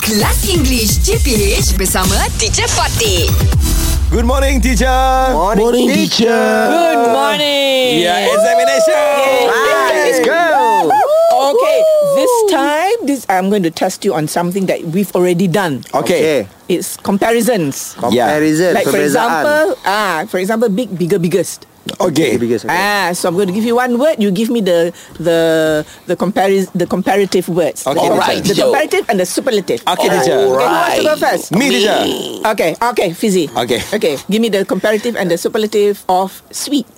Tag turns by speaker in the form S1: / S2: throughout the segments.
S1: Kelas English CPH bersama Teacher Fatih.
S2: Good morning, teacher.
S3: Morning, Morning teacher.
S4: Good morning.
S2: Yeah, examination.
S3: Right, let's go.
S4: Okay, this time this I'm going to test you on something that we've already done.
S2: Okay.
S4: It's comparisons.
S3: Comparison.
S4: Like for
S3: perbezaan.
S4: example, ah, for example, big, bigger, biggest.
S2: Okay.
S3: Bigger, biggest, okay.
S4: Ah, so I'm going to give you one word. You give me the the the comparis the comparative words.
S2: Okay,
S4: the,
S2: Alright,
S4: The
S2: teacher.
S4: comparative and the superlative.
S2: Okay, teacher.
S4: Okay, who wants to go first?
S2: Me, teacher.
S4: Okay, okay, fizzy.
S2: Okay.
S4: okay. Give me the comparative and the superlative of sweet.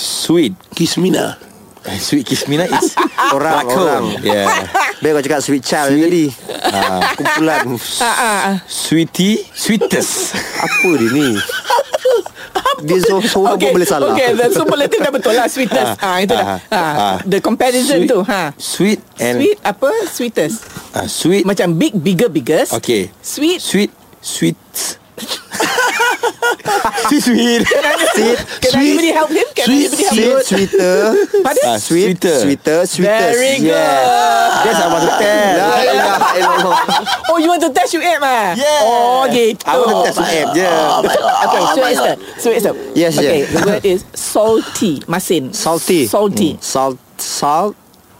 S2: Sweet.
S5: Kismina
S2: Eh, Sweet Kismina is
S3: Orang, orang.
S2: racun. Yeah.
S3: Baik kau cakap sweet child sweet. tadi. Ah, Kumpulan.
S2: Sweetie, sweetest.
S3: Apa dia ni? Dia so, seorang pun boleh salah.
S4: Okay, the superlative dah betul lah sweetness. Ah, itu dah.
S2: Ah,
S4: Ah,
S2: ah.
S4: the comparison
S2: Sweet-
S4: tu ha.
S2: Sweet and
S4: Sweet apa? Sweetest.
S2: ah, sweet.
S4: Macam big bigger biggest.
S2: Okay.
S4: Sweet.
S2: Sweet, sweet. sweet, sweet.
S3: Sweet,
S4: Can anybody help him? Can
S5: Sweet,
S4: anybody help
S3: sweet,
S4: him?
S3: sweeter.
S4: Pardon?
S2: Ah,
S3: Sweet,
S2: sweeter.
S3: sweeter, sweetest.
S4: Very good.
S3: Yeah. That's our test. La ilaha illallah.
S4: Oh, you want to test you app ah?
S2: Yeah.
S4: Oh, gitu.
S3: I want to test app je.
S4: Okay, so it's the so it's the
S3: Yes,
S4: okay.
S3: yes.
S4: The word is salty, masin.
S3: Salty.
S4: Salty.
S3: Hmm. Salt, salt,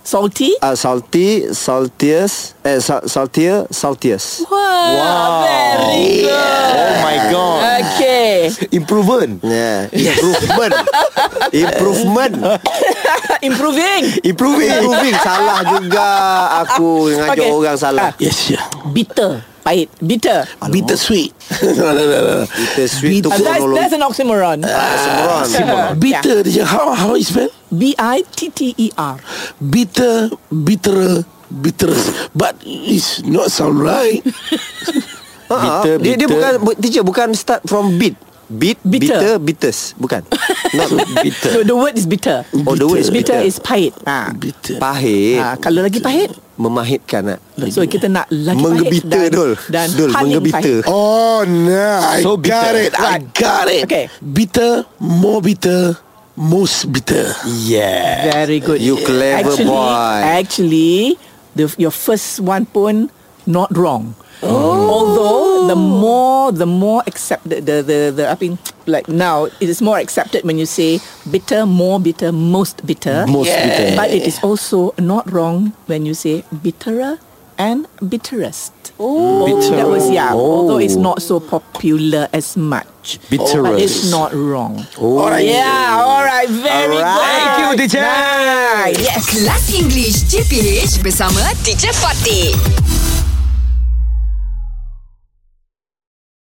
S4: Salty.
S3: uh, salty, saltiest, eh, sal- saltier, saltiest.
S4: Wow, very good.
S2: Oh my god.
S4: Okay.
S2: Improvement.
S3: Yeah. Improvement. Improvement.
S4: Improving.
S2: Improving.
S3: Improving. Salah juga aku ngajak
S4: Okay.
S3: okay. orang salah.
S5: Yes ya
S4: Bitter. Pahit. Bitter.
S5: Bitter sweet
S3: Kita sweet tu
S4: Uh, that's, that's
S3: kronologi.
S4: an oxymoron.
S3: Semua
S4: Ah,
S5: Bitter dia How, how is spell?
S4: B I T T E R.
S5: Bitter Bitter Bitter But it's not sound right
S2: Bitter,
S3: Ah, Dia, dia
S2: bitter.
S3: bukan bu- teacher bukan start from beat. Beat,
S4: Bitter.
S3: bitter, bitters. Bukan. Not
S2: Bitter.
S4: No, the word is bitter.
S3: Oh, the word is
S4: Bitter
S3: bitter.
S4: is pahit. Ah.
S5: Bitter
S3: pahit.
S4: Ah, kalau lagi pahit,
S3: Memahitkan nak.
S4: so kita nak lagi
S3: Menggebita
S4: pahit dan,
S3: Dul.
S4: dan
S3: Dul,
S4: paling
S3: menggebita.
S4: pahit.
S5: Oh no I
S2: So
S5: got
S2: bitter.
S5: it I got it
S4: Okay.
S5: Bitter More bitter Most bitter
S2: Yeah.
S4: Very good.
S3: You clever
S4: actually,
S3: boy.
S4: Actually, the, your first one pun not wrong. Although the more the more accepted the the the I mean like now it is more accepted when you say bitter more bitter most bitter
S3: Most Yeah. bitter.
S4: but it is also not wrong when you say bitterer and bitterest oh that was yeah although it's not so popular as much but it's
S2: Bitterest.
S4: not wrong
S3: Oh.
S4: all right yeah all right very
S3: All
S4: good
S3: right.
S2: Thank you, teacher.
S4: Nice.
S1: Ya, Yes. Kelas English CPH bersama Teacher Fatih.